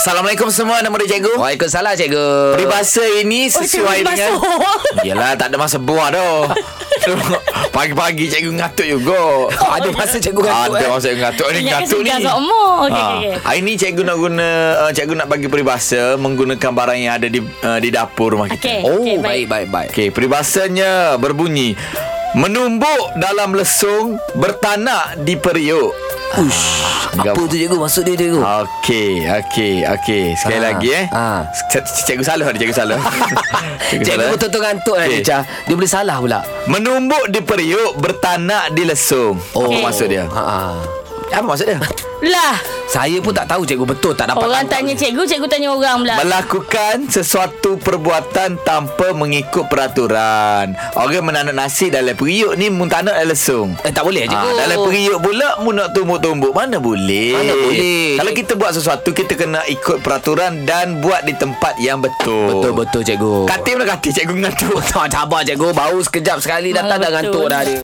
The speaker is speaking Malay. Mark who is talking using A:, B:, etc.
A: Assalamualaikum semua Nama dia cikgu
B: Waalaikumsalam cikgu
A: Peribahasa ini
C: Oh,
A: sesuai
C: terima
A: dengan
C: kasih.
A: Yelah tak ada masa buah dah Pagi-pagi cikgu ngatuk juga
B: Ada masa cikgu
A: Ah,
B: ngatuk,
A: Ada
B: eh?
A: masa cikgu ngatuk Ni
C: Ingatkan
A: ngatuk ni
C: sudah umur
A: Ah,
C: Okey okey okey.
A: Hari ni cikgu nak guna uh, Cikgu nak bagi peribahasa Menggunakan barang yang ada di uh, di dapur rumah
C: Okey.
A: kita
B: Oh
C: Okey, baik.
B: baik baik baik
A: Okey, peribahasanya berbunyi Menumbuk dalam lesung Bertanak di periuk Ah,
B: Ush, Apa
A: Gam-
B: tu cikgu Maksud dia cikgu
A: Okey, okey, okey. Sekali
B: Ah,
A: lagi eh.
B: ah.
A: Cik- Cikgu salah ada cikgu salah. eh.
B: Cikgu betul-betul ngantuk lah
A: Okey.
B: dia Cah Dia boleh salah pula
A: Menumbuk di periuk bertanak di lesung. Oh,
B: Okey.
A: okay. maksud dia.
B: ha, ha.
A: Apa maksud dia?
C: Lah
B: Saya pun tak tahu cikgu Betul tak dapat
C: Orang tanya
B: tangkap ni.
C: cikgu Cikgu tanya orang pula
A: Melakukan sesuatu perbuatan tanpa mengikut peraturan. Orang menanak nasi dalam periuk ni mun tanak dalam lesung.
B: Eh tak boleh
A: Ha,
B: cikgu
A: dalam periuk pula mu nak tumbuk-tumbuk Mana boleh
B: Mana boleh.
A: Kalau kita buat sesuatu Kita kena ikut peraturan Dan buat di tempat yang betul
B: oh. Betul-betul cikgu
A: Katil mana katil cikgu mengatur
B: Tak sabar cikgu Baru sekejap sekali datang
C: Ah, Betul.
B: dah ngantuk dah dia